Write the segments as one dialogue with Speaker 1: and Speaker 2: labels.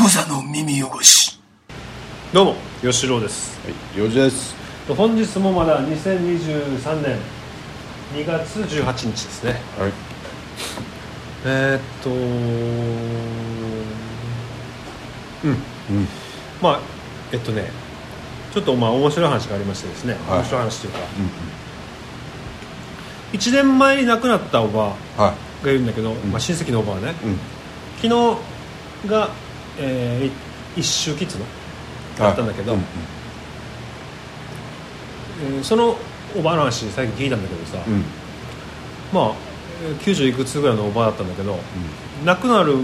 Speaker 1: 無座の耳汚し
Speaker 2: どうも吉郎です
Speaker 3: はい、よじです。
Speaker 2: 本日もまだ2023年2月18日ですね
Speaker 3: はい。
Speaker 2: えーっとうん
Speaker 3: うん。
Speaker 2: まあえっとねちょっとまあ面白い話がありましてですね、
Speaker 3: はい
Speaker 2: 面白い話というか、1年前に亡くなったおば
Speaker 3: は
Speaker 2: がいるんだけど、
Speaker 3: ん
Speaker 2: まあ、親戚のおばはね
Speaker 3: い。うん。
Speaker 2: 昨日が、えー一周キッズのだったんだけど、
Speaker 3: うん
Speaker 2: えーそのおばの話最近聞いたんだけどさ、
Speaker 3: うん。うん。
Speaker 2: まあえー90いくつぐらいのおばだったんだけど、亡くなる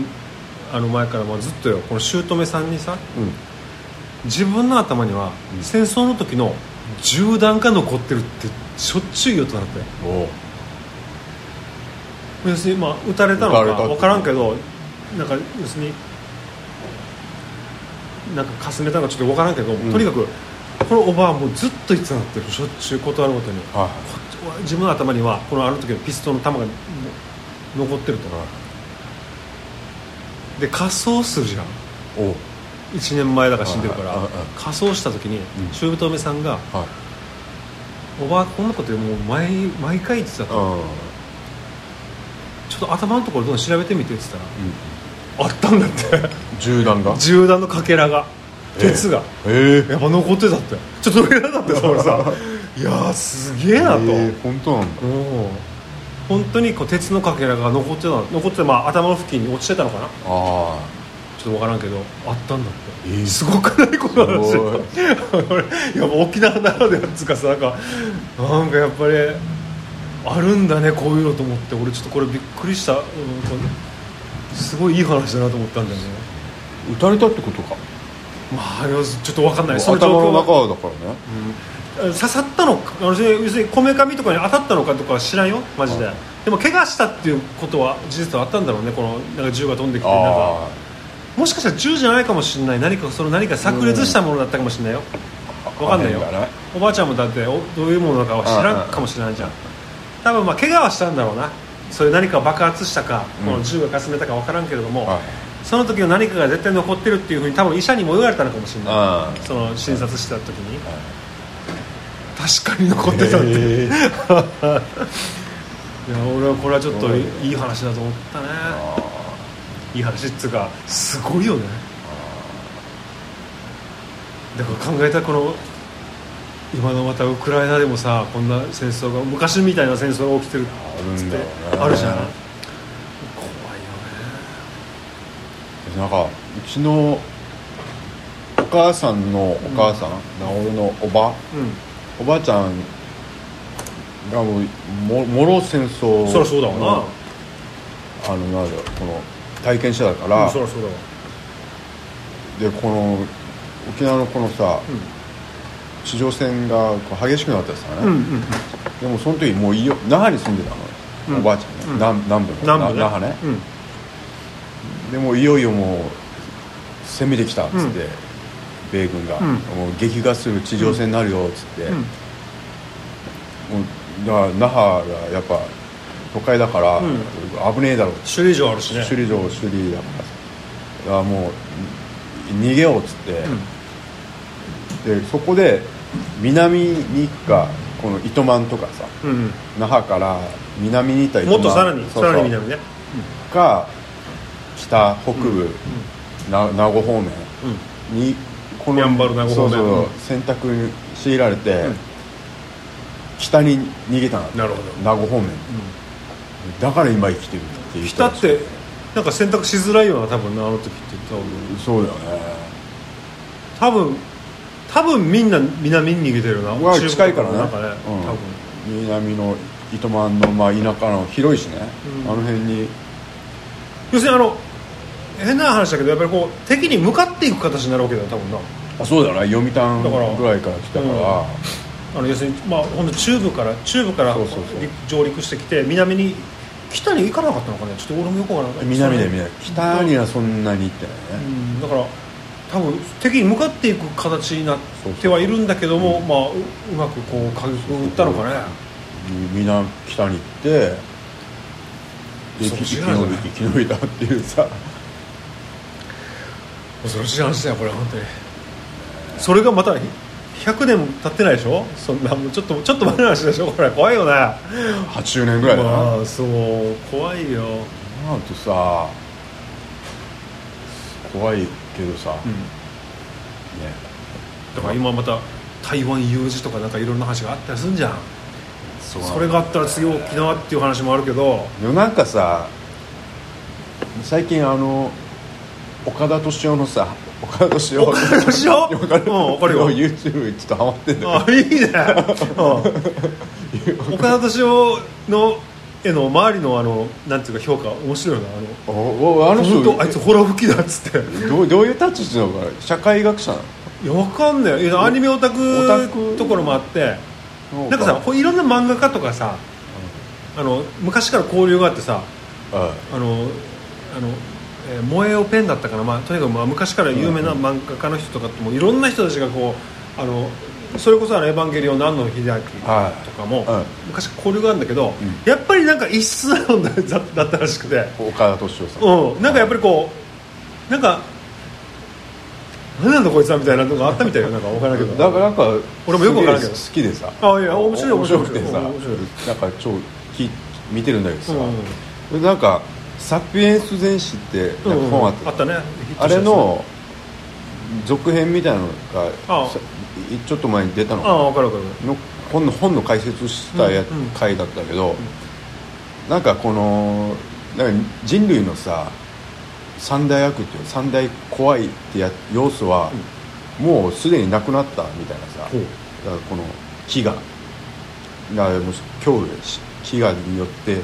Speaker 2: あの前からまあずっとよこの姑さんにさ
Speaker 3: うん。
Speaker 2: 自分の頭には
Speaker 3: うん
Speaker 2: 戦争の時の銃弾が残ってるってしょっちゅう言うとなって
Speaker 3: うん。おう。
Speaker 2: 要するにまあ撃たれたの
Speaker 3: 撃たれたっ
Speaker 2: か
Speaker 3: ていう
Speaker 2: 分からんけどなんか要するになんかかすめたのかちょっと分からんけど、
Speaker 3: ん
Speaker 2: とにかくこのおばはもうずっと言ってたなってしょっちゅう断るごとに
Speaker 3: は
Speaker 2: 自分の頭にはこのあの時のピストンの弾が残ってるとで仮装するじゃん
Speaker 3: い。おう。
Speaker 2: 1年前だから死んでるから
Speaker 3: はいはいはいはい
Speaker 2: 仮装した時に
Speaker 3: うん
Speaker 2: 姑さんが
Speaker 3: はい。
Speaker 2: 「おばあこんなこともう毎毎回言ってたと
Speaker 3: う
Speaker 2: ちょっと頭のところどんどん調べてみて」って言っ
Speaker 3: ん。うん。
Speaker 2: たらあったんだって
Speaker 3: 銃弾が。
Speaker 2: 銃弾のかけらが鉄が
Speaker 3: ええ。
Speaker 2: やっぱ残ってたってちょっと上なかったよそれさいやーすげえなと、
Speaker 3: ええ本当なんだ。
Speaker 2: うん本当にこう鉄のかけらが残ってた残って、まあ、頭の付近に落ちてたのかな
Speaker 3: ああ。
Speaker 2: ちょっと分からんけどあったんだって、
Speaker 3: ええ
Speaker 2: すごくないこの話
Speaker 3: すごい
Speaker 2: い やもう沖縄ならではっつうかさなんかなんかやっぱりあるんだねこういうのと思って俺ちょっとこれびっくりした、うんこれすごいいい話だなと思ったんだよね
Speaker 3: 撃たれたってことか。
Speaker 2: まああれはちょっと分かんないその
Speaker 3: 頭
Speaker 2: 状況
Speaker 3: の
Speaker 2: は
Speaker 3: 中はだからね。
Speaker 2: 刺さったのかあの要するにこめかみとかに当たったのかとかは知らんよマジで、
Speaker 3: はい
Speaker 2: でも怪我したっていうことは事実はあったんだろうねこのなんか銃が飛んできてなんか
Speaker 3: あ
Speaker 2: もしかしたら銃じゃないかもしれない何かその何か炸裂したものだったかもしれないよ
Speaker 3: あ。
Speaker 2: わかんないよ
Speaker 3: わかんない
Speaker 2: おばあちゃんもだっておどういうものかは知らんかもしれないじゃん多分まあ怪我はしたんだろうなそういう何か爆発したか、
Speaker 3: うん
Speaker 2: この銃がかすめたか分からんけれども、
Speaker 3: はい。
Speaker 2: その時の何かが絶対残ってるっていうふうに多分医者にも言われたのかもしれな
Speaker 3: あ
Speaker 2: いその診察した時に、確かに残ってたって、
Speaker 3: ええ
Speaker 2: いや俺はこれはちょっと
Speaker 3: そうだ
Speaker 2: い
Speaker 3: よ
Speaker 2: いい話だと思ったね
Speaker 3: あ
Speaker 2: いい話っつうかすごいよねだから考えたらこの今のまたウクライナでもさこんな戦争が昔みたいな戦争が起きてるっ
Speaker 3: ある
Speaker 2: つっ
Speaker 3: ん
Speaker 2: て
Speaker 3: だろうね
Speaker 2: あるじゃん怖いよね
Speaker 3: なんかうちのお母さんのお母さん、直のおば
Speaker 2: う
Speaker 3: おばあちゃんがもうももろ戦争
Speaker 2: んそりゃそうだわな、
Speaker 3: あのなんだろうこの体験者だから、
Speaker 2: うん、そりゃそうだわ
Speaker 3: でこの沖縄のこのさ、
Speaker 2: うん
Speaker 3: 地上戦がこう激しくなってさ
Speaker 2: うん
Speaker 3: ね、
Speaker 2: う
Speaker 3: で
Speaker 2: ん
Speaker 3: もその時もういいよ那覇に住んでたの、
Speaker 2: うん
Speaker 3: おばあちゃんね、
Speaker 2: うん
Speaker 3: 南南部の
Speaker 2: 南部ね
Speaker 3: 那那覇ね、
Speaker 2: うん
Speaker 3: でもういよいよもう攻めてきたっつって、
Speaker 2: うん
Speaker 3: 米軍が、
Speaker 2: うん
Speaker 3: もう撃破する地上戦になるよっつって、
Speaker 2: うん
Speaker 3: もうだから那覇がやっぱ都会だから、
Speaker 2: うん
Speaker 3: 危ねえだろう
Speaker 2: 首里城あるしね
Speaker 3: 首里城首里だからさだからもう逃げようっつって、でそこで南に行くかこの糸満とかさ
Speaker 2: うん、うん
Speaker 3: 那覇から南に行った
Speaker 2: うん、
Speaker 3: 糸
Speaker 2: も
Speaker 3: 満
Speaker 2: っとさらに
Speaker 3: そうそう
Speaker 2: さらに南ね
Speaker 3: か北北部、な名護方面
Speaker 2: うん
Speaker 3: にこ
Speaker 2: やんばる名護方面
Speaker 3: そう
Speaker 2: う
Speaker 3: そ
Speaker 2: ん
Speaker 3: う選択に強いられて、
Speaker 2: うん
Speaker 3: 北に逃げたの
Speaker 2: なるほど
Speaker 3: 名護方面、だから今生きてるっていう人
Speaker 2: 北
Speaker 3: た
Speaker 2: っ
Speaker 3: ち
Speaker 2: てなんか選択しづらいよな多分なあの時って多分
Speaker 3: そうだよね
Speaker 2: 多分多分みんな南に逃げてるな
Speaker 3: まあ近いからね
Speaker 2: なんか
Speaker 3: う
Speaker 2: ね、
Speaker 3: ん
Speaker 2: 多分
Speaker 3: 南の糸満のまあ田舎の広いしね、
Speaker 2: うん
Speaker 3: あの辺に
Speaker 2: 要するにあの変な話だけどやっぱりこう敵に向かっていく形になるわけだよ多分な
Speaker 3: あそうだよね読谷
Speaker 2: だから
Speaker 3: ぐらいから来たから
Speaker 2: うんあの要するにまあほんと中部から中部から
Speaker 3: そうそうそう
Speaker 2: 陸上陸してきて南に北に行かなかったのかねちょっと俺もよくわからない
Speaker 3: 南だよ南北にはそんなに行ってな
Speaker 2: う
Speaker 3: いね、
Speaker 2: んだから多分敵に向かっていく形になってはいるんだけどもまあううまくこうか打ったのかね、
Speaker 3: 南北に行ってで
Speaker 2: そ
Speaker 3: 生
Speaker 2: っ
Speaker 3: き生
Speaker 2: ち
Speaker 3: き
Speaker 2: なん
Speaker 3: 延
Speaker 2: だ
Speaker 3: び生き延びたっていうさ
Speaker 2: 恐ろしい話だよこれ本当にそれがまた100年も経ってないでしょそんなもうちょっとちょっと前の話でしょこれ怖いよね
Speaker 3: 80年ぐらいだな、
Speaker 2: まあそう怖いよ、
Speaker 3: なんとさ怖いけどさ、ね
Speaker 2: だから今また台湾有事とかなんかいろんな話があったりするんじゃん
Speaker 3: そ
Speaker 2: それがあったら次沖縄っていう話もあるけど
Speaker 3: でもなんかさ最近あの岡田敏夫のさ岡田敏夫
Speaker 2: 岡田敏夫
Speaker 3: わかる
Speaker 2: うんわかるよ
Speaker 3: YouTube ちょっとハマってんだ
Speaker 2: あいいね、うん、岡田敏夫の絵の周りのあのなんていうか評価面白いよなあの
Speaker 3: けどおおあの人
Speaker 2: 本当あいつホラー吹きだっつって
Speaker 3: どうどういうタッチしてるのかな社会学者ない
Speaker 2: やわかんないいやアニメオタク
Speaker 3: オタク
Speaker 2: ところもあって
Speaker 3: の
Speaker 2: なんかさこういろんな漫画家とかさあの昔から交流があってさ
Speaker 3: う
Speaker 2: あのあの、えー萌えおペンだったかな、まあ、とにかくまあ昔から有名な漫画家の人とかともいろんな人たちがこうあのそれこそあの「エヴァンゲリオン」何の秀明
Speaker 3: はい
Speaker 2: とかも、
Speaker 3: うん
Speaker 2: 昔交流があるんだけど、
Speaker 3: うん
Speaker 2: やっぱりなんか異質なのだ だったらしくて、
Speaker 3: ん岡田敏夫さん
Speaker 2: うん、なんかやっぱりこうなんか何なんだこいつはみたいなのがあったみたいよなんか分からんけど
Speaker 3: だからなんか
Speaker 2: 俺もよくわからんけど
Speaker 3: すげえ好きでさ
Speaker 2: あいや面白い面白い
Speaker 3: くてさ
Speaker 2: 面白い
Speaker 3: なんか超き見てるんだけどさ、
Speaker 2: うん
Speaker 3: 俺なんか「サピエンス全史」ってなんか本あった,、
Speaker 2: あったね
Speaker 3: あれの続編みたいなのが
Speaker 2: ああ
Speaker 3: さいちょっと前に出たの
Speaker 2: ああ分かる分かる
Speaker 3: の本の本の解説したや、
Speaker 2: うんうん
Speaker 3: 回だったけど、なんかこのなんか人類のさ三大悪っていう三大怖いってや要素は、もうすでになくなったみたいなさ、
Speaker 2: ほう
Speaker 3: だからこの飢餓だからもう恐怖し飢餓によって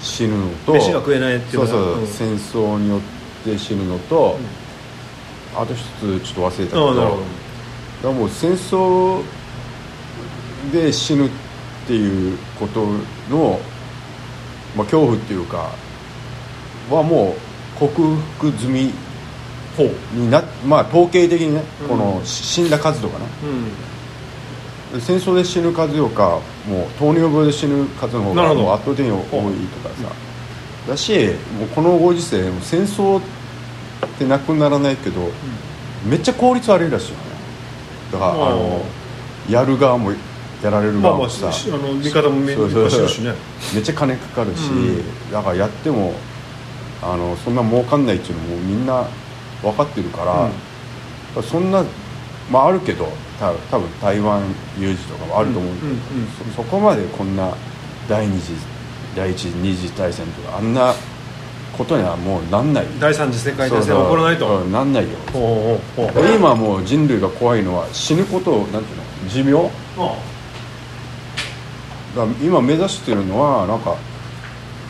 Speaker 3: 死ぬのと
Speaker 2: 飯が食えないっていう
Speaker 3: そ
Speaker 2: の
Speaker 3: うそう、
Speaker 2: がうん
Speaker 3: 戦争によって死ぬのと、あと一つちょっと忘れたけ
Speaker 2: ああなるほ
Speaker 3: どだからもう戦争で死ぬっていうことの、まあ、恐怖っていうかはもう克服済み
Speaker 2: どほう
Speaker 3: になまあ統計的にね、
Speaker 2: うん
Speaker 3: この死んだ数とかね
Speaker 2: う
Speaker 3: 戦争で死ぬ数よりかもう糖尿病で死ぬ数の方
Speaker 2: なる
Speaker 3: が
Speaker 2: ほど
Speaker 3: もう圧倒的に多いとかさだしもうこのご時世もう戦争ってなくならないけど、めっちゃ効率悪いらしいよねだからあ
Speaker 2: ああ
Speaker 3: のやる側もやられる
Speaker 2: んま
Speaker 3: 側
Speaker 2: あま
Speaker 3: も
Speaker 2: あ
Speaker 3: さ、
Speaker 2: しあの見方も見
Speaker 3: そうそう
Speaker 2: 昔だしね
Speaker 3: めっちゃ金かかるし、
Speaker 2: う
Speaker 3: だからやってもあのそんな儲かんないっていうのもみんな分かってるから,、
Speaker 2: うん
Speaker 3: そんなまああるけどた多分台湾有事とかもあると思うんだけど、
Speaker 2: うんうんうん
Speaker 3: そそこまでこんな第二次第一次二次大戦とかあんなことにはもうなんない
Speaker 2: 第三次世界
Speaker 3: そ
Speaker 2: 大戦
Speaker 3: うそう
Speaker 2: は起こらないと
Speaker 3: うんなんないよ
Speaker 2: おうおうおう
Speaker 3: 今もう人類が怖いのは死ぬことをなんていうの寿命
Speaker 2: あ
Speaker 3: だから今目指してるのはなんか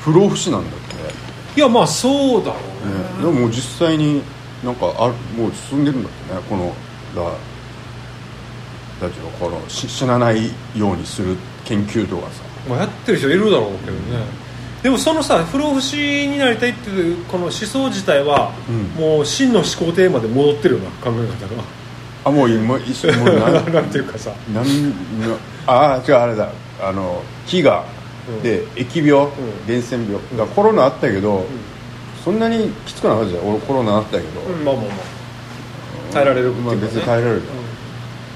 Speaker 3: 不老不死なんだって
Speaker 2: いやまあそうだろうね
Speaker 3: ね、でももう実際になんかあるもう進んでるんだってねこのだだけどこのし死なないようにする研究とかさ
Speaker 2: まあやってる人いるだろうけどねでもそのさ不老不死になりたいっていうこの思想自体は
Speaker 3: うん
Speaker 2: もう真の思考テーマで戻ってるよな考え方が
Speaker 3: あもう今一緒にもう何
Speaker 2: なんていうかさ
Speaker 3: 何のああ違うあれだあの飢餓で疫病、
Speaker 2: ん
Speaker 3: 伝染病だからコロナあったけど、そんなにきつくなかったじゃん俺コロナあったけど、
Speaker 2: うんまあまあまあ耐えられるっていう
Speaker 3: ま
Speaker 2: か
Speaker 3: あ
Speaker 2: ね
Speaker 3: 別に耐えられる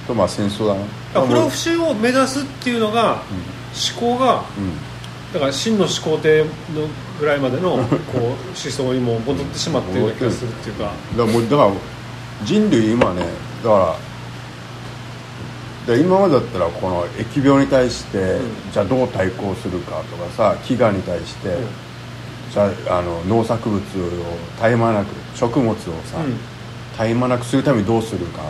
Speaker 3: とまあ戦争だな
Speaker 2: だから不老
Speaker 3: まあ
Speaker 2: 不死を目指すっていうのが思考が
Speaker 3: うん
Speaker 2: だから真の始皇帝のぐらいまで のこう思想にも戻ってしまっているような気がするっていうか
Speaker 3: だからもうだから人類今ねだからだから今までだったらこの疫病に対して、
Speaker 2: ん
Speaker 3: じゃあどう対抗するかとかさ飢餓に対して、
Speaker 2: ん
Speaker 3: じゃああの農作物を絶え間なく食物をさ、
Speaker 2: うん
Speaker 3: 絶え間なくするためにどうするかとか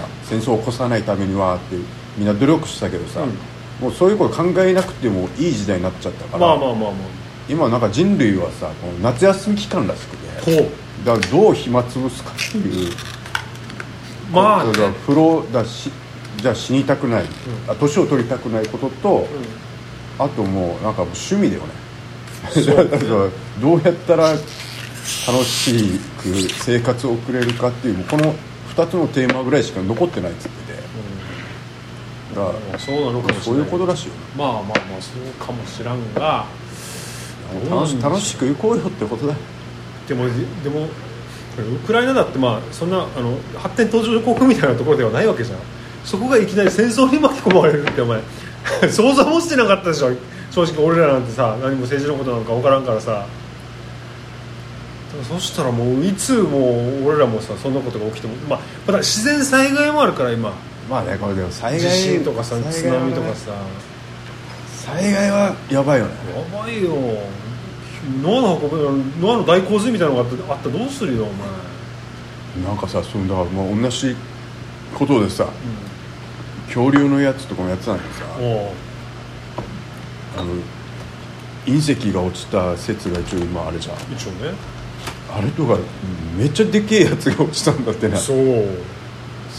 Speaker 3: さ、戦争を起こさないためにはってみんな努力したけどさ、
Speaker 2: うん
Speaker 3: もうそういうこと考えなくてもいい時代になっちゃったから、
Speaker 2: まあまあまあまあ
Speaker 3: 今なんか人類はさこの夏休み期間らしくて。
Speaker 2: こう
Speaker 3: だからどう暇つぶすかっていう
Speaker 2: まあ
Speaker 3: だから風呂だしじゃあ死にたくない
Speaker 2: ん
Speaker 3: あ年、を取りたくないことと、
Speaker 2: う
Speaker 3: あともうなんか趣味だよね だからどうやったら楽しく生活を送れるかっていうこの2つのテーマぐらいしか残ってないっつっててだか
Speaker 2: んまあそうなのからもし
Speaker 3: そう
Speaker 2: れない
Speaker 3: いうことらしいよ
Speaker 2: まあまあまあそうかもしらんが
Speaker 3: 楽し楽しく行こうよってことだよ
Speaker 2: でもでもウクライナだってまあそんなあの発展途上国みたいなところではないわけじゃんそこがいきなり戦争に巻き込まれるってお前 想像もしてなかったでしょ正直俺らなんてさ何も政治のことなんか分からんからさだからそしたらもういつもう俺らもさそんなことが起きても、まあ、まだ自然災害もあるから今
Speaker 3: まあねこれでも災害
Speaker 2: 地震とかさ
Speaker 3: 災
Speaker 2: 津
Speaker 3: 害はね
Speaker 2: 波とかさ
Speaker 3: 災害はやばいよね
Speaker 2: やばいよノアの運ぶノアの大洪水みたいなのがあったあったらどうするよお前、
Speaker 3: なんかさそんだからまあ同じことでさ恐竜のやつとかもやってたんだけどさ
Speaker 2: おう
Speaker 3: あの隕石が落ちた説が一応今あれじゃん
Speaker 2: 一応ね
Speaker 3: あれとかめっちゃでけえやつが落ちたんだってね
Speaker 2: そう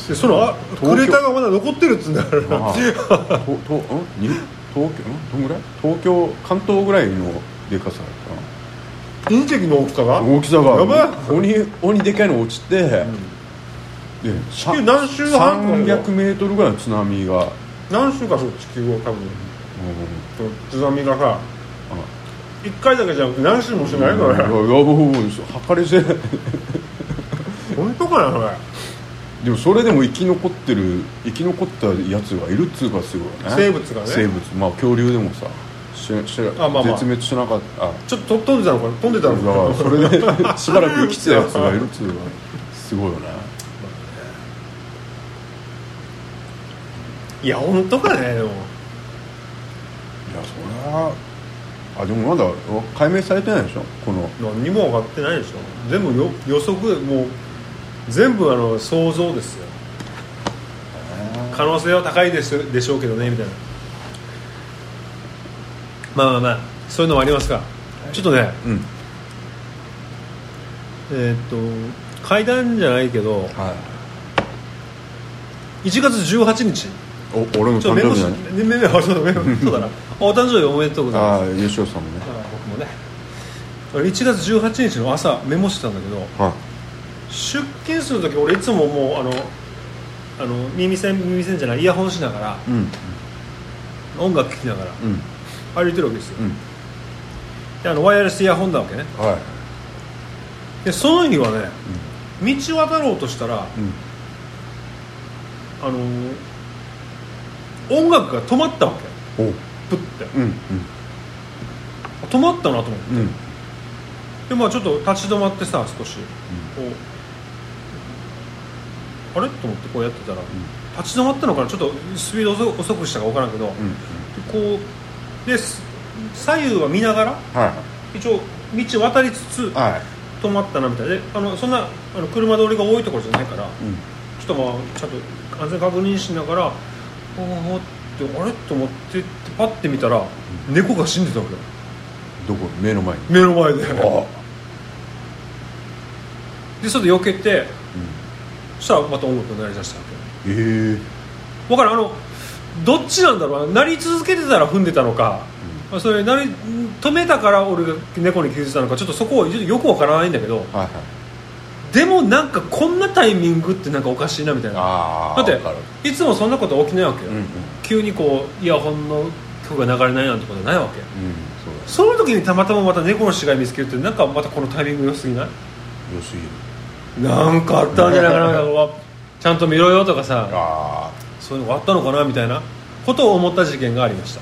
Speaker 2: でそのあ
Speaker 3: 東京
Speaker 2: クレーターがまだ残ってるっつうんだから
Speaker 3: ああ ととんに東京んどんぐらい東京関東ぐらいのでかさだったな
Speaker 2: 隕石の大きさが
Speaker 3: 大きさが
Speaker 2: やばい
Speaker 3: 鬼鬼でかいの落ちて、で
Speaker 2: 地球何周半とか
Speaker 3: 3
Speaker 2: だよ
Speaker 3: 0 0ルぐらいの津波が、うん
Speaker 2: 何週かそう地球を多分その津波がさ一回だけじゃなくて何週もしてないの
Speaker 3: いやいや
Speaker 2: ね
Speaker 3: もう計り知れない
Speaker 2: 本当かなそれ
Speaker 3: でもそれでも生き残ってる生き残ったやつがいるっつうかすごいね
Speaker 2: 生物がね
Speaker 3: 生物まあ恐竜でもさしし
Speaker 2: あまあまあ
Speaker 3: 絶滅しなかったあ
Speaker 2: ちょっと飛んでたのかな飛んでた
Speaker 3: だ
Speaker 2: の
Speaker 3: から
Speaker 2: か
Speaker 3: それ でしばらく生きてたやつがいるっつうのはすごいよね
Speaker 2: ないや本当かねで
Speaker 3: い
Speaker 2: も
Speaker 3: やそれはあでもまだ解明されてないでしょこの
Speaker 2: 何にも分かってないでしょ全部よ予測もう全部あの想像ですよ可能性は高いですでしょうけどねみたいなまあまあまあそういうのもありますが、ちょっとね
Speaker 3: うん
Speaker 2: えーっと階段じゃないけ
Speaker 3: は
Speaker 2: ど
Speaker 3: い
Speaker 2: 1月18日
Speaker 3: お俺の
Speaker 2: ちょ
Speaker 3: 誕
Speaker 2: っとメ
Speaker 3: 生
Speaker 2: モ
Speaker 3: 日
Speaker 2: し
Speaker 3: な
Speaker 2: て
Speaker 3: ん
Speaker 2: メモメモそう だメモそうだなお誕生日おめでとうございま
Speaker 3: あ
Speaker 2: す
Speaker 3: あ吉尾さんもね
Speaker 2: あ僕もね1月18日の朝メモしてたんだけど、
Speaker 3: は
Speaker 2: 出勤する時俺いつももうあのあの耳栓耳栓じゃないイヤホンしながら
Speaker 3: いうん
Speaker 2: 音楽聴きながら
Speaker 3: うん
Speaker 2: 歩いてるわけですよ、
Speaker 3: うん
Speaker 2: であのワイヤレスイヤホンだわけね
Speaker 3: は
Speaker 2: でその日はね、道渡ろうとしたら
Speaker 3: いうん
Speaker 2: あの音楽が止まったわけ
Speaker 3: お
Speaker 2: プッて
Speaker 3: うん
Speaker 2: 止まったなと思って
Speaker 3: うんうん
Speaker 2: でまあちょっと立ち止まってさ少し、こうあれと思ってこうやってたら、立ち止まったのかなちょっとスピード遅遅くしたか分からんけど、
Speaker 3: うん
Speaker 2: こうです左右は見ながら
Speaker 3: は
Speaker 2: 一応道渡りつつ
Speaker 3: いはい
Speaker 2: 止まったなみたいであのそんなあの車通りが多いところじゃないからち
Speaker 3: うん
Speaker 2: ょっとまあちゃんと安全確認しながらおーおーってあれと思ってってパッて見たら猫が死んでたわけよ
Speaker 3: どこ目の前に
Speaker 2: 目の前で
Speaker 3: あ
Speaker 2: でそれで避けてそしたらまた音楽になりだしたわ
Speaker 3: ええ
Speaker 2: けわからんあのどっちなんだろうななり続けてたら踏んでたのかまあそれなり止めたから俺が猫に気づいたのかちょっとそこはよくわからないんだけど
Speaker 3: はいはい
Speaker 2: でもなんかこんなタイミングってなんかおかしいなみたいな
Speaker 3: あ
Speaker 2: だ
Speaker 3: あ
Speaker 2: っていつもそんなこと起きないわけよ、
Speaker 3: うんうんうん
Speaker 2: 急にこうイヤホンの曲が流れないなんてことないわけ
Speaker 3: そうだ
Speaker 2: その時にたまたままた猫の死骸見つけるってなんかまたこのタイミング良すぎない
Speaker 3: よすぎる
Speaker 2: なんかあったんじゃないかななんかわちゃんと見ろよとかさ
Speaker 3: あ
Speaker 2: そういうのがあったのかなみたいなことを思った事件がありまし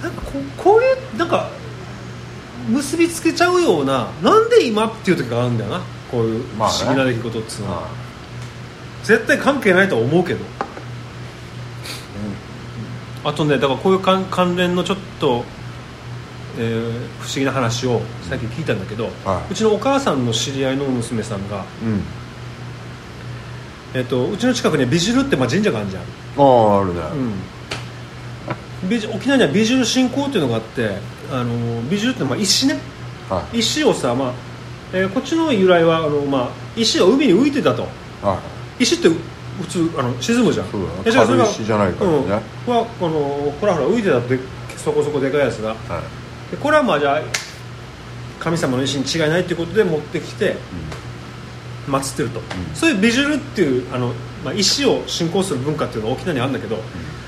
Speaker 2: たなんかここういうなんか結びつけちゃうようななんで今っていう時があるんだよなこういう不
Speaker 3: まあ
Speaker 2: 思
Speaker 3: ね
Speaker 2: 議な出来事っつうのは、
Speaker 3: あ
Speaker 2: 絶対関係ないとは思うけど、あとねだからこういう関関連のちょっと、えー不思議な話を最近聞いたんだけど、
Speaker 3: はいう
Speaker 2: ちのお母さんの知り合いの娘さんが、
Speaker 3: うん
Speaker 2: えっとうちの近くにビジルってまあ神社があるじゃん、
Speaker 3: あああるね
Speaker 2: うん、ビジ沖縄にはビジル信仰っていうのがあってあのビジルってまあ石ね
Speaker 3: はい
Speaker 2: 石をさ、まあえーこっちの由来はあの、まあ、石が海に浮いてたと
Speaker 3: は
Speaker 2: 石って普通あの沈むじゃん
Speaker 3: そうだな
Speaker 2: えじゃあそれが
Speaker 3: 軽石じゃないからね
Speaker 2: うん、はこのほらほら浮いてたってそこそこでかいやつが
Speaker 3: いはい
Speaker 2: でこれはまあじゃあ神様の意思に違いないということで持ってきて祀ってると、そういうビジュルっていうあの、まあ、石を信仰する文化っていうのは沖縄にあるんだけど、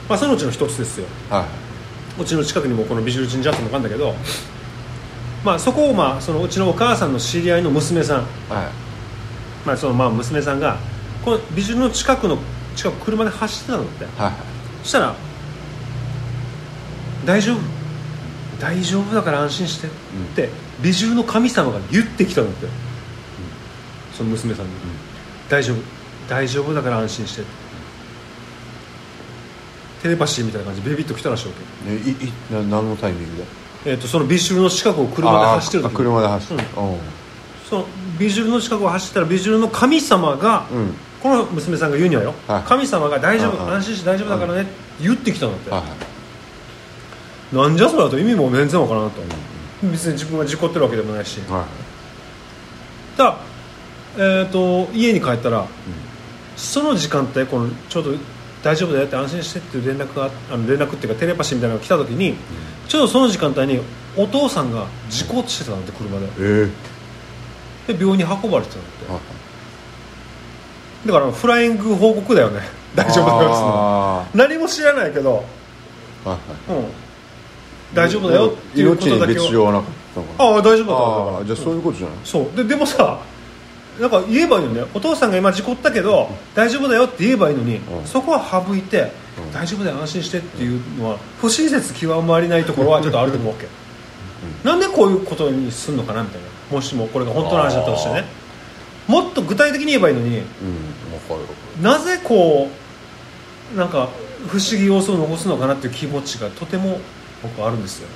Speaker 2: まあ、そのうちの一つですよ
Speaker 3: は
Speaker 2: うちの近くにもこのビジュル神社っていうのがあるんだけどまあ、そこを、まあ、そのうちのお母さんの知り合いの娘さん、
Speaker 3: は
Speaker 2: まあそのまあ、娘さんがこのビジュの近くの近く車で走ってたのって
Speaker 3: いはい
Speaker 2: そしたら「大丈夫大丈夫だから安心して」って美獣の神様が言ってきたのって、その娘さんに、大丈夫大丈夫だから安心して」テレパシーみたいな感じでビビッと来たらしいわ
Speaker 3: ねいいな何のタイミングで
Speaker 2: け、えー、とそのビジュの近くを車で走ってる
Speaker 3: あーあ
Speaker 2: 時に
Speaker 3: 車で走ってるうん
Speaker 2: そのビジュの近くを走ったらビジュの神様が、
Speaker 3: うん
Speaker 2: この娘さんが言うにはよ、
Speaker 3: はい
Speaker 2: 神様が「大丈夫
Speaker 3: うんうん
Speaker 2: 安心して大丈夫だからね」って言ってきたのって、
Speaker 3: はいはい
Speaker 2: なんじゃそれだと意味も全然わからんと、別に自分が事故ってるわけでもないし、
Speaker 3: はい
Speaker 2: ただ、えー、と家に帰ったら、その時間帯このちょうど大丈夫だよって安心してっていう連絡があの連絡っていうかテレパシーみたいなのが来た時に、ちょうどその時間帯にお父さんが事故してたなんて車で
Speaker 3: えー
Speaker 2: で病院に運ばれてたん
Speaker 3: はい
Speaker 2: だ
Speaker 3: はい
Speaker 2: ってだからフライング報告だよね 大丈夫だよっつうの
Speaker 3: あ
Speaker 2: 何も知らないけど、
Speaker 3: ーはいはい
Speaker 2: うん、大丈夫だよっていうこ
Speaker 3: 命
Speaker 2: と
Speaker 3: に
Speaker 2: だけ
Speaker 3: 別
Speaker 2: は
Speaker 3: 状はなかったのかな
Speaker 2: ああ大丈夫だよ
Speaker 3: あーじゃあそういうことじゃない
Speaker 2: そうででもさなんか言えばいいのねお父さんが今事故ったけど大丈夫だよって言えばいいのに、
Speaker 3: うん
Speaker 2: そこは省いて、
Speaker 3: うん
Speaker 2: 大丈夫だよ安心してっていうのは不親切極まりないところはちょっとあると思うわけ、なんでこういうことにすんのかなみたいなもしもこれが本当の話だったとしてねもっと具体的に言えばいいのに
Speaker 3: うんわかるわか
Speaker 2: なぜこうなんか不思議要素を残すのかなっていう気持ちがとても僕はあるんですよ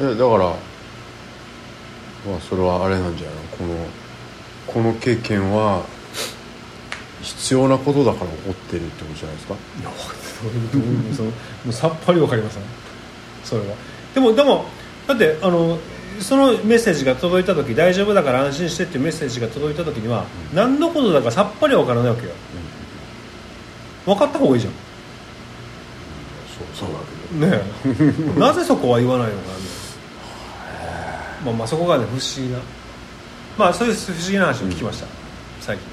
Speaker 3: るえだからまあそれはあれなんじゃないのこのこの経験は必要なことだから起こってるってことじゃないですか
Speaker 2: いやそういうこともうそのもうさっぱりわかりませんそれはでもでもだってあのそのメッセージが届いた時大丈夫だから安心してっていうメッセージが届いた時には、何のことだかさっぱりわからないわけよ、分かった方がいいじゃん
Speaker 3: そうそうだ
Speaker 2: ねえなぜそこは言わないのかなまあまあそこがね不思議なまあそういう不思議な話を聞きました、最近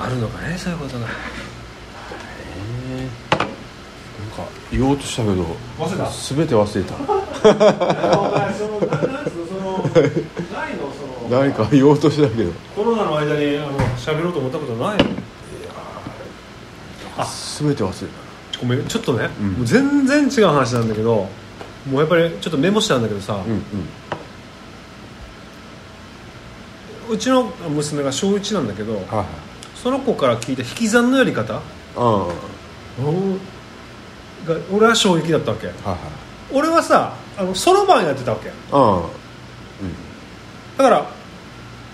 Speaker 2: あるのかねそういうことが
Speaker 3: けどなんか言おうとしたけど
Speaker 2: 忘れた
Speaker 3: 全て忘れた
Speaker 2: そのなんつうのそのないのその
Speaker 3: 何か言おうとしたけど
Speaker 2: コロナの間にあの喋ろうと思ったことないの
Speaker 3: 全て忘れ
Speaker 2: ごめんちょっとね、
Speaker 3: ん
Speaker 2: もう全然違う話なんだけどもうやっぱりちょっとメモしたんだけど
Speaker 3: た、
Speaker 2: さ
Speaker 3: うんうん
Speaker 2: うちの娘が小1なんだけど
Speaker 3: はいはい
Speaker 2: その子から聞いた引き算のやり方が
Speaker 3: あ
Speaker 2: 俺は衝撃だったわけ
Speaker 3: あはいはい
Speaker 2: 俺はさあのそろばんやってたわけ
Speaker 3: あ
Speaker 2: だから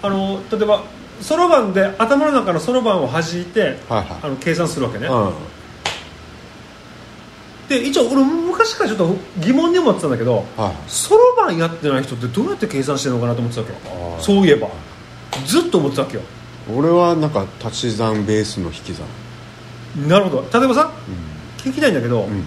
Speaker 2: あの例えばそろばんで頭の中のそろばんを弾いて
Speaker 3: あはいは
Speaker 2: あの計算するわけね
Speaker 3: いうん
Speaker 2: で一応俺昔からちょっと疑問に思ってたんだけど
Speaker 3: はい
Speaker 2: そろばんやってない人ってどうやって計算してるのかなと思ってたわけ
Speaker 3: あ
Speaker 2: よ
Speaker 3: ー
Speaker 2: そういえばずっと思ってたわけよ
Speaker 3: 俺はなんか足し算ベースの引き算
Speaker 2: なるほど例えばさ聞きたいんだけど、
Speaker 3: ん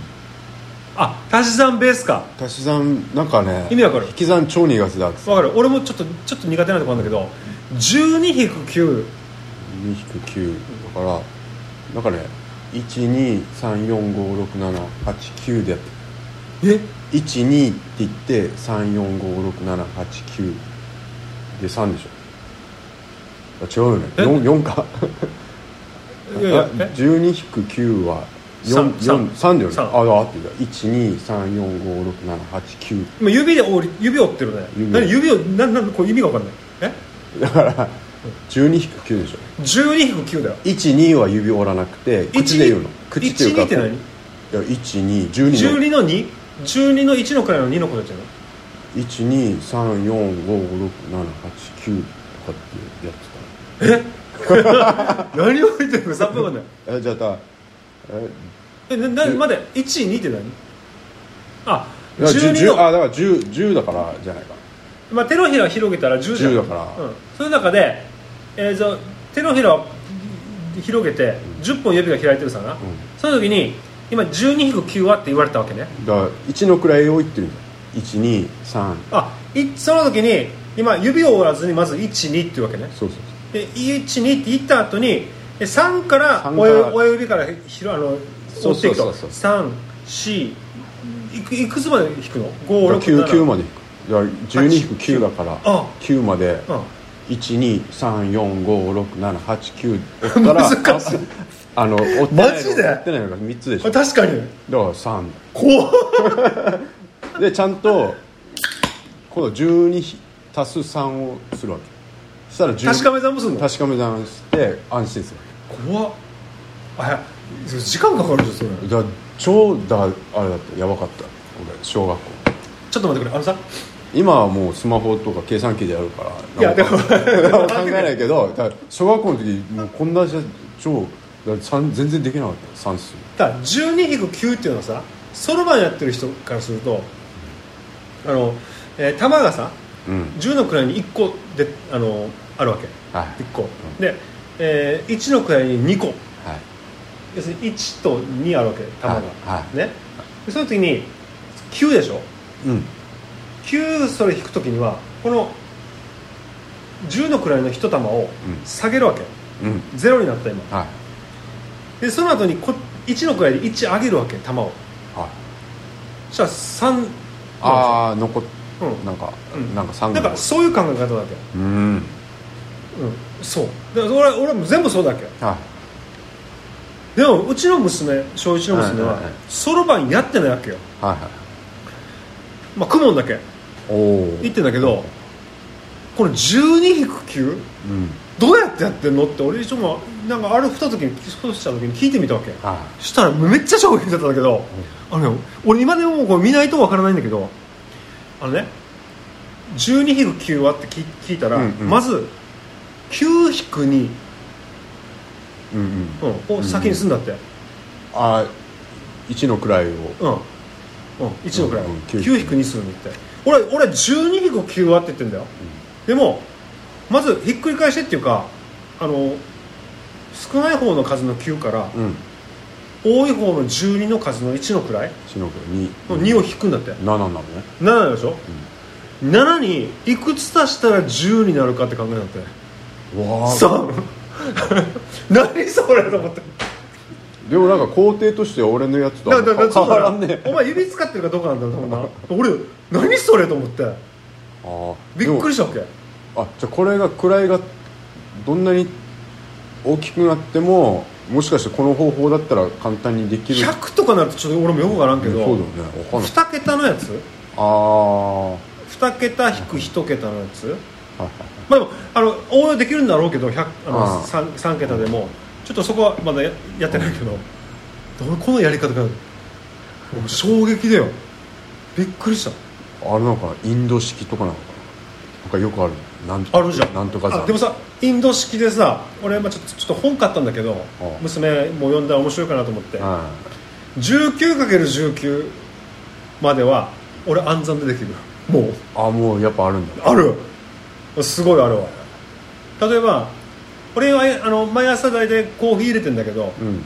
Speaker 2: あ足し算ベースか
Speaker 3: 足し算なんかね
Speaker 2: 意味わかる
Speaker 3: 引き算超苦手だっつって
Speaker 2: わかる俺もちょっとちょっと苦手なとこあるんだけど12-9
Speaker 3: 2-9だからなんかね123456789でやっ
Speaker 2: え
Speaker 3: て12って言って3456789で3でしょあ違うよね
Speaker 2: え
Speaker 3: 4, 4か
Speaker 2: いやいや え
Speaker 3: 12-9は
Speaker 2: 三三
Speaker 3: 3だよね
Speaker 2: 三
Speaker 3: ああ合ってる123456789
Speaker 2: 今指で折り指折ってるね
Speaker 3: 指
Speaker 2: 何指をなんなんこれ意味がわかんないえ
Speaker 3: 12-9でしょ
Speaker 2: 12-9だよ
Speaker 3: 12は指折らなくて口で言うの口っていうか
Speaker 2: 12って何
Speaker 3: いや1212の
Speaker 2: 12の 2?12 の1の位の2の子だっちゃうの
Speaker 3: 123456789とかってやって
Speaker 2: 何を言ってるかさっぱりわかんない
Speaker 3: たえじゃあだ
Speaker 2: えなな
Speaker 3: え
Speaker 2: まだ12って何あ
Speaker 3: だから
Speaker 2: 12
Speaker 3: 10あだか
Speaker 2: の、
Speaker 3: ら 10, 10だからじゃないか
Speaker 2: まあ、手のひらを広げたら10じゃん
Speaker 3: 10だから
Speaker 2: うん、その中で、えー、じゃあ手のひらを広げて10本指が開いてるさな、その時に今12-9はって言われたわけね
Speaker 3: だから1の位を言ってるんだ123
Speaker 2: あいその時に今指を折らずにまず12っていうわけね
Speaker 3: そうそうそう
Speaker 2: で12って言った後にえ3から
Speaker 3: 三から
Speaker 2: 親親指からひろあの
Speaker 3: そ
Speaker 2: 折
Speaker 3: う
Speaker 2: っ
Speaker 3: そ
Speaker 2: ていうくと
Speaker 3: そうそう
Speaker 2: 34567いくいくつまで引くの
Speaker 3: だから
Speaker 2: ?5、6、
Speaker 3: 9
Speaker 2: 7。
Speaker 3: 九までじゃあ12引く9だから
Speaker 2: あ
Speaker 3: 9まで
Speaker 2: うん
Speaker 3: 123456789折 ったら
Speaker 2: 難しい
Speaker 3: ああの折ってない
Speaker 2: マジで
Speaker 3: 折ってないのが3つでしょ
Speaker 2: あ
Speaker 3: だか
Speaker 2: 確かに。
Speaker 3: ら3
Speaker 2: 怖っ
Speaker 3: でちゃんと今度12足す3をするわけそしたら10
Speaker 2: 確かめ算もすんの
Speaker 3: 確かめ算して安心する
Speaker 2: 怖っ。あ、それ時間かかるじゃん、それ。
Speaker 3: だから超だあれだったやばかった俺小学校
Speaker 2: ちょっと待ってくれ、あのさ、
Speaker 3: 今はもうスマホとか計算機でやるから
Speaker 2: いや、でも、
Speaker 3: 考えないけどだから小学校の時もうこんなじゃ超だから算全然できなかった算数
Speaker 2: だから12引く9っていうのはさそろばんやってる人からするとあの、えー玉がさ
Speaker 3: うん
Speaker 2: 10の位に1個であのあるわけ
Speaker 3: はい
Speaker 2: 1個、で、えー1の位に2個
Speaker 3: はい
Speaker 2: 要するに1と2あるわけ玉が、
Speaker 3: はいはい
Speaker 2: ねでその時に9でしょ
Speaker 3: うん
Speaker 2: 9それ引く時にはこの10の位の1玉を
Speaker 3: うん
Speaker 2: 下げるわけ、
Speaker 3: うん
Speaker 2: ゼロになった今
Speaker 3: はい
Speaker 2: でその後にこ1の位で1上げるわけ玉を
Speaker 3: はい
Speaker 2: そしたら3
Speaker 3: ああ残っ
Speaker 2: うん
Speaker 3: なんか、
Speaker 2: うん
Speaker 3: なんか3
Speaker 2: だからそういう考え方だけ、
Speaker 3: うん
Speaker 2: うん、そうだから俺は俺はもう全部そうだけ
Speaker 3: は
Speaker 2: でもうちの娘小一の娘
Speaker 3: はい
Speaker 2: は
Speaker 3: はいはい
Speaker 2: そろばんやってないわけよ
Speaker 3: いはいはい
Speaker 2: まあ公文だけ
Speaker 3: おお
Speaker 2: 言ってんだけどこの12 9
Speaker 3: うん
Speaker 2: どうやってやってんのって俺一応もなんかあれふた時にそうした時に聞いてみたわけ
Speaker 3: は
Speaker 2: したらめっちゃ衝撃だったんだけど、あのね俺今でもこれ見ないとわからないんだけどあのね12引く9はって聞い聞いたら、
Speaker 3: うんうん
Speaker 2: まず9引く2
Speaker 3: いうんうん
Speaker 2: うん、を先にすんだって、
Speaker 3: あ1の位を
Speaker 2: うんうん1のくらい、
Speaker 3: うんうん
Speaker 2: 9引く2するのって俺俺12引く9はって言ってんだよ、でもまずひっくり返してっていうかあの少ない方の数の9から、
Speaker 3: うん
Speaker 2: 多い方の12の数の1のくらい
Speaker 3: 1の
Speaker 2: の
Speaker 3: 位
Speaker 2: 2を
Speaker 3: 引
Speaker 2: 引くんだって、
Speaker 3: 7なのね
Speaker 2: 7でしょ、7にいくつ足したら10になるかって考えなんだって
Speaker 3: わあ
Speaker 2: 3 何それと思って
Speaker 3: でもなんか工程としては俺のやつと
Speaker 2: だ
Speaker 3: は
Speaker 2: からだ
Speaker 3: 変
Speaker 2: か
Speaker 3: わ
Speaker 2: ら
Speaker 3: らんね
Speaker 2: お前指使ってるかどうかなんだろうな俺何それと思って
Speaker 3: あー
Speaker 2: びっくりしたわけ
Speaker 3: あじゃあこれが位がどんなに大きくなってももしかしてこの方法だったら簡単にできる
Speaker 2: 100とかなるとちょっと俺もよくわからんけ
Speaker 3: そうだ
Speaker 2: ど
Speaker 3: よねわかんない
Speaker 2: 2桁のやつ
Speaker 3: ああは
Speaker 2: 2桁引く1桁のやつ
Speaker 3: いはい
Speaker 2: まあでもあの応用できるんだろうけど100あ
Speaker 3: あ
Speaker 2: の
Speaker 3: あ
Speaker 2: 3, 3桁でもちょっとそこはまだややってないけど俺このやり方がもう衝撃だよびっくりした
Speaker 3: あれなんかインド式とかなのかななんかよくあるなん
Speaker 2: あるじゃん
Speaker 3: なんとか
Speaker 2: あでも
Speaker 3: さ
Speaker 2: さインド式でさ俺まあちょっとちょっと本買ったんだけど
Speaker 3: あ
Speaker 2: 娘も読んだら面白いかなと思って
Speaker 3: は
Speaker 2: 19×19 までは俺暗算でできるもう
Speaker 3: いあもうやっぱあるんだ
Speaker 2: あるすごいあるわ例えば俺はあの毎朝大体コーヒー入れてんだけど
Speaker 3: うん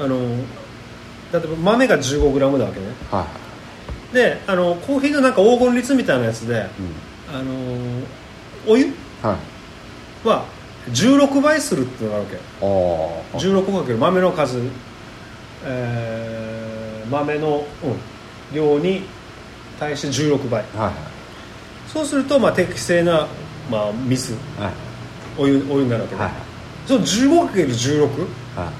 Speaker 2: あの例えば豆が 15g だわけね
Speaker 3: はい
Speaker 2: であのコーヒーのなんか黄金律みたいなやつで
Speaker 3: うん
Speaker 2: あのお湯
Speaker 3: はい
Speaker 2: は16倍するっていうのがあるわけ
Speaker 3: あー
Speaker 2: 16かける豆の数、えー豆の、うん、量に対して16倍
Speaker 3: はい
Speaker 2: そうすると、まあ、適正な、まあ、水
Speaker 3: はいはい
Speaker 2: お湯お湯になるわけで、
Speaker 3: はい
Speaker 2: その 15×16
Speaker 3: はい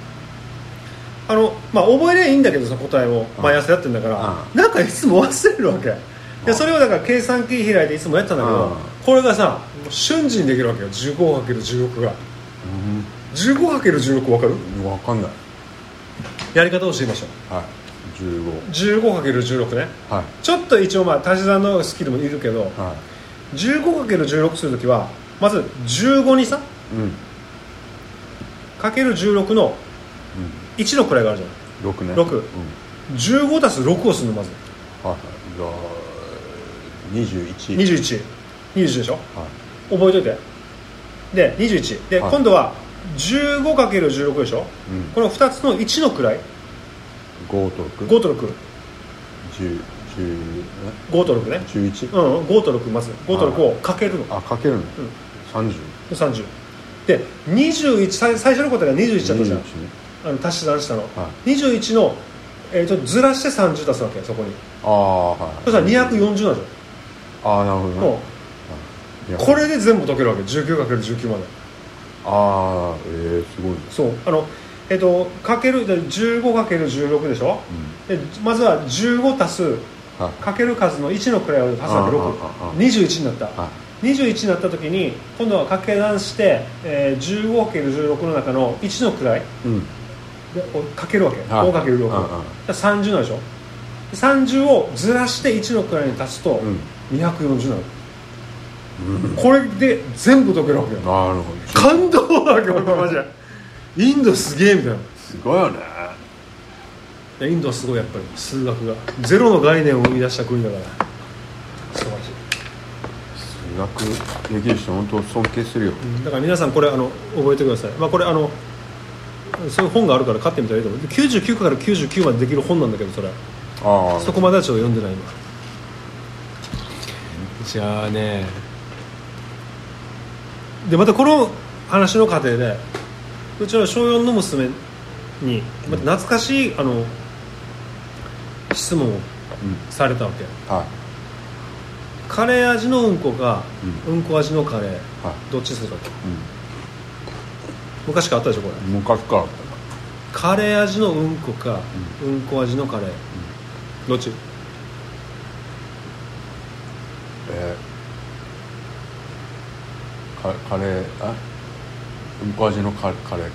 Speaker 2: あの、まあ、覚えりゃいいんだけどさ答えを毎朝やってんだから、
Speaker 3: う
Speaker 2: なんかいつも忘れるわけでそれをだから計算機開いていつもやってたんだけど、
Speaker 3: うん
Speaker 2: これがさ瞬時にできるわけよ 15×16 が 15×16 分かる
Speaker 3: うんわかんない
Speaker 2: やり方を教えましょう
Speaker 3: はい15
Speaker 2: 15×16 ね
Speaker 3: はい
Speaker 2: ちょっと一応まあ足し算のスキルもいるけど
Speaker 3: は
Speaker 2: 15×16 するときはまず15にさ
Speaker 3: いうん
Speaker 2: かける16の1の位があるじゃな
Speaker 3: 6ね
Speaker 2: 六
Speaker 3: うん
Speaker 2: い15足す6をするのまず
Speaker 3: はいじゃあ21
Speaker 2: 2121でしょ
Speaker 3: はい
Speaker 2: 覚えといてで21で、
Speaker 3: はい
Speaker 2: 今度は 15×16 でしょ、
Speaker 3: うん
Speaker 2: この2つの1の位
Speaker 3: 5と6
Speaker 2: 5と6
Speaker 3: 10 10
Speaker 2: 5と6ね
Speaker 3: え11
Speaker 2: うん5と6まず5と6をかけるの
Speaker 3: あかけるの
Speaker 2: ん
Speaker 3: 30
Speaker 2: 30で21最最初の答えが21だったじゃん
Speaker 3: 21ね
Speaker 2: あの足し算したの、
Speaker 3: は
Speaker 2: 21のえーちょっとずらして30出すわけよそこに
Speaker 3: ああはい
Speaker 2: そしたら240なんじゃん
Speaker 3: ああなるほどね
Speaker 2: も
Speaker 3: いうや
Speaker 2: これで全部解けるわけ 19×19 まで
Speaker 3: ああえー、すごいね
Speaker 2: そうあのえっ、とかける 15×16 でしょ
Speaker 3: うん
Speaker 2: でまずは15足す
Speaker 3: はい
Speaker 2: かける数の1の位を足すわけ
Speaker 3: あああああ
Speaker 2: 621になった
Speaker 3: は
Speaker 2: 21になった時に今度は掛け算して、えー、15×16 の中の1の位
Speaker 3: いうん
Speaker 2: でこうかけるわけ
Speaker 3: はい
Speaker 2: 5×6
Speaker 3: うんうん
Speaker 2: 30なんでしょ30をずらして1の位に足すと
Speaker 3: うん
Speaker 2: 240なの、
Speaker 3: うん
Speaker 2: これで全部解けるわけよ
Speaker 3: なるほど
Speaker 2: 感動だわけ俺これ マジでインドすげえみたいない
Speaker 3: すごいよね
Speaker 2: やインドはすごいやっぱり数学がゼロの概念を生み出した国だから素晴らしい
Speaker 3: 数学できる人本当尊敬するよ
Speaker 2: だから皆さんこれあの覚えてください、まあ、これあのそういう本があるから買ってみたらいいと思う99から99までできる本なんだけどそれ
Speaker 3: ああ
Speaker 2: そこまではちょっと読んでない今じゃあねでまたこの話の過程でうちの小4の娘にまた懐かしいあの質問を
Speaker 3: うん
Speaker 2: されたわけ
Speaker 3: はい
Speaker 2: カレー味のうんこか、うんこ味のカレー
Speaker 3: はい
Speaker 2: どっちするかって
Speaker 3: う
Speaker 2: 昔からあったでしょこれ
Speaker 3: ん昔からあっ
Speaker 2: カレー味のうんこか、うん、こ味のカレー、どっち
Speaker 3: たなえー、カカレーあうんこ味のカカレー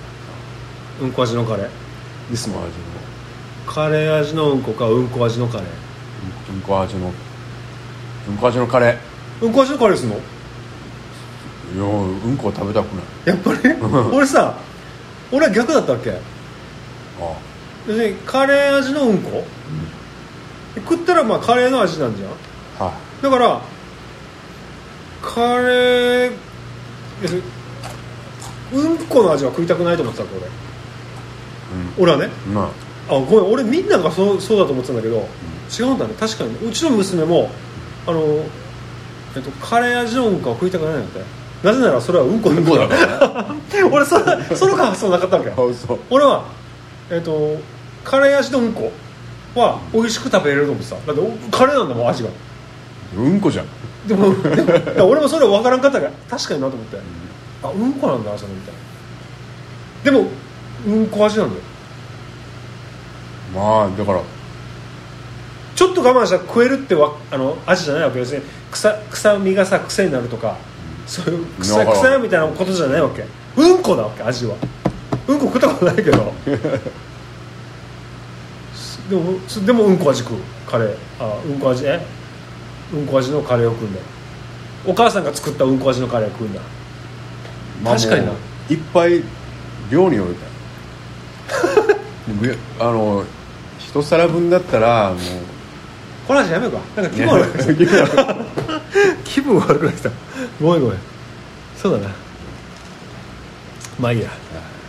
Speaker 2: うんこ味のカレー
Speaker 3: ですもん味の
Speaker 2: カレー味のうんこかうんこ味のカレー
Speaker 3: うんうんこ味のうんこ味のカレーいや
Speaker 2: うんこ味のカレーすんの
Speaker 3: うんこ食べたくない
Speaker 2: やっぱり俺さ俺は逆だったわけ
Speaker 3: あ
Speaker 2: 要するにカレー味のうんこ食ったらまあカレーの味なんじゃん
Speaker 3: あは
Speaker 2: だからカレー要するにうんこの味は食いたくないと思ってたわけ俺、俺はね
Speaker 3: いまあ
Speaker 2: あごめん俺みんながそうそうだと思ってたんだけど、違うんだね確かにねうちの娘もあの、えっと、カレー味のうんこは食いたくないなんだってなぜならそれはうんこ
Speaker 3: うんこだからね
Speaker 2: 俺そその感想なかったわけ
Speaker 3: あ嘘
Speaker 2: 俺はえっとカレー味のうんこは美味しく食べれると思ってただっておカレーなんだもん味が
Speaker 3: うんこじゃん
Speaker 2: でもでもだから俺もそれ分からんかったから確かになと思って、あうんこなんだ味なのみたいなでもうんこ味なんだよ
Speaker 3: まあだから
Speaker 2: ちょっと我慢したら食えるってわあの味じゃないわけですね臭臭みがさ癖になるとかそういう臭
Speaker 3: だ
Speaker 2: い
Speaker 3: から
Speaker 2: 臭いみたいなことじゃないわけうんこだわけ味はうんこ食ったことないけどすでもすでもうんこ味食うカレーあうんこ味えうんこ味のカレーを食うんだお母さんが作ったうんこ味のカレーを食うんだ
Speaker 3: まあ
Speaker 2: 確かにな
Speaker 3: もういっぱい量によるからぐあの一皿分だったらもう
Speaker 2: この話やめようかなんか気分悪くなってきた気分悪くなってきたごめんごめんそうだなまあいいや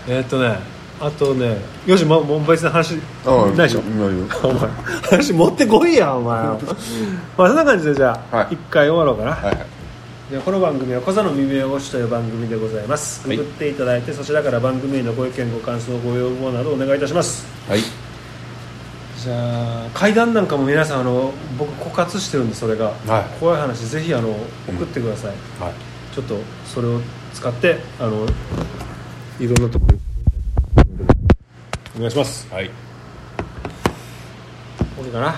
Speaker 2: えーっとねあとねよしまもう別に話ないでしょ
Speaker 3: ないよ
Speaker 2: お前話持ってこいや お前まあそんな感じでじゃ
Speaker 3: は
Speaker 2: あ
Speaker 3: い
Speaker 2: 一、回終わろうかな、
Speaker 3: はいはい
Speaker 2: でこの番組は「小座の未明星」という番組でございます
Speaker 3: は
Speaker 2: グ
Speaker 3: い
Speaker 2: グっていただいて、そちらから番組へのご意見ご感想ご要望などお願いいたします
Speaker 3: はい
Speaker 2: じゃあ階段なんかも皆さんあの僕枯渇してるんでそれが
Speaker 3: はい
Speaker 2: 怖い話ぜひあの送ってください、
Speaker 3: はい
Speaker 2: ちょっとそれを使ってあのいろんなところにお願いします
Speaker 3: はい、
Speaker 2: これかなは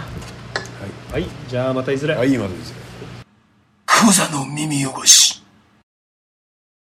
Speaker 2: い、じゃあまたいずれ
Speaker 3: はい、今ですよ
Speaker 1: クザの耳汚し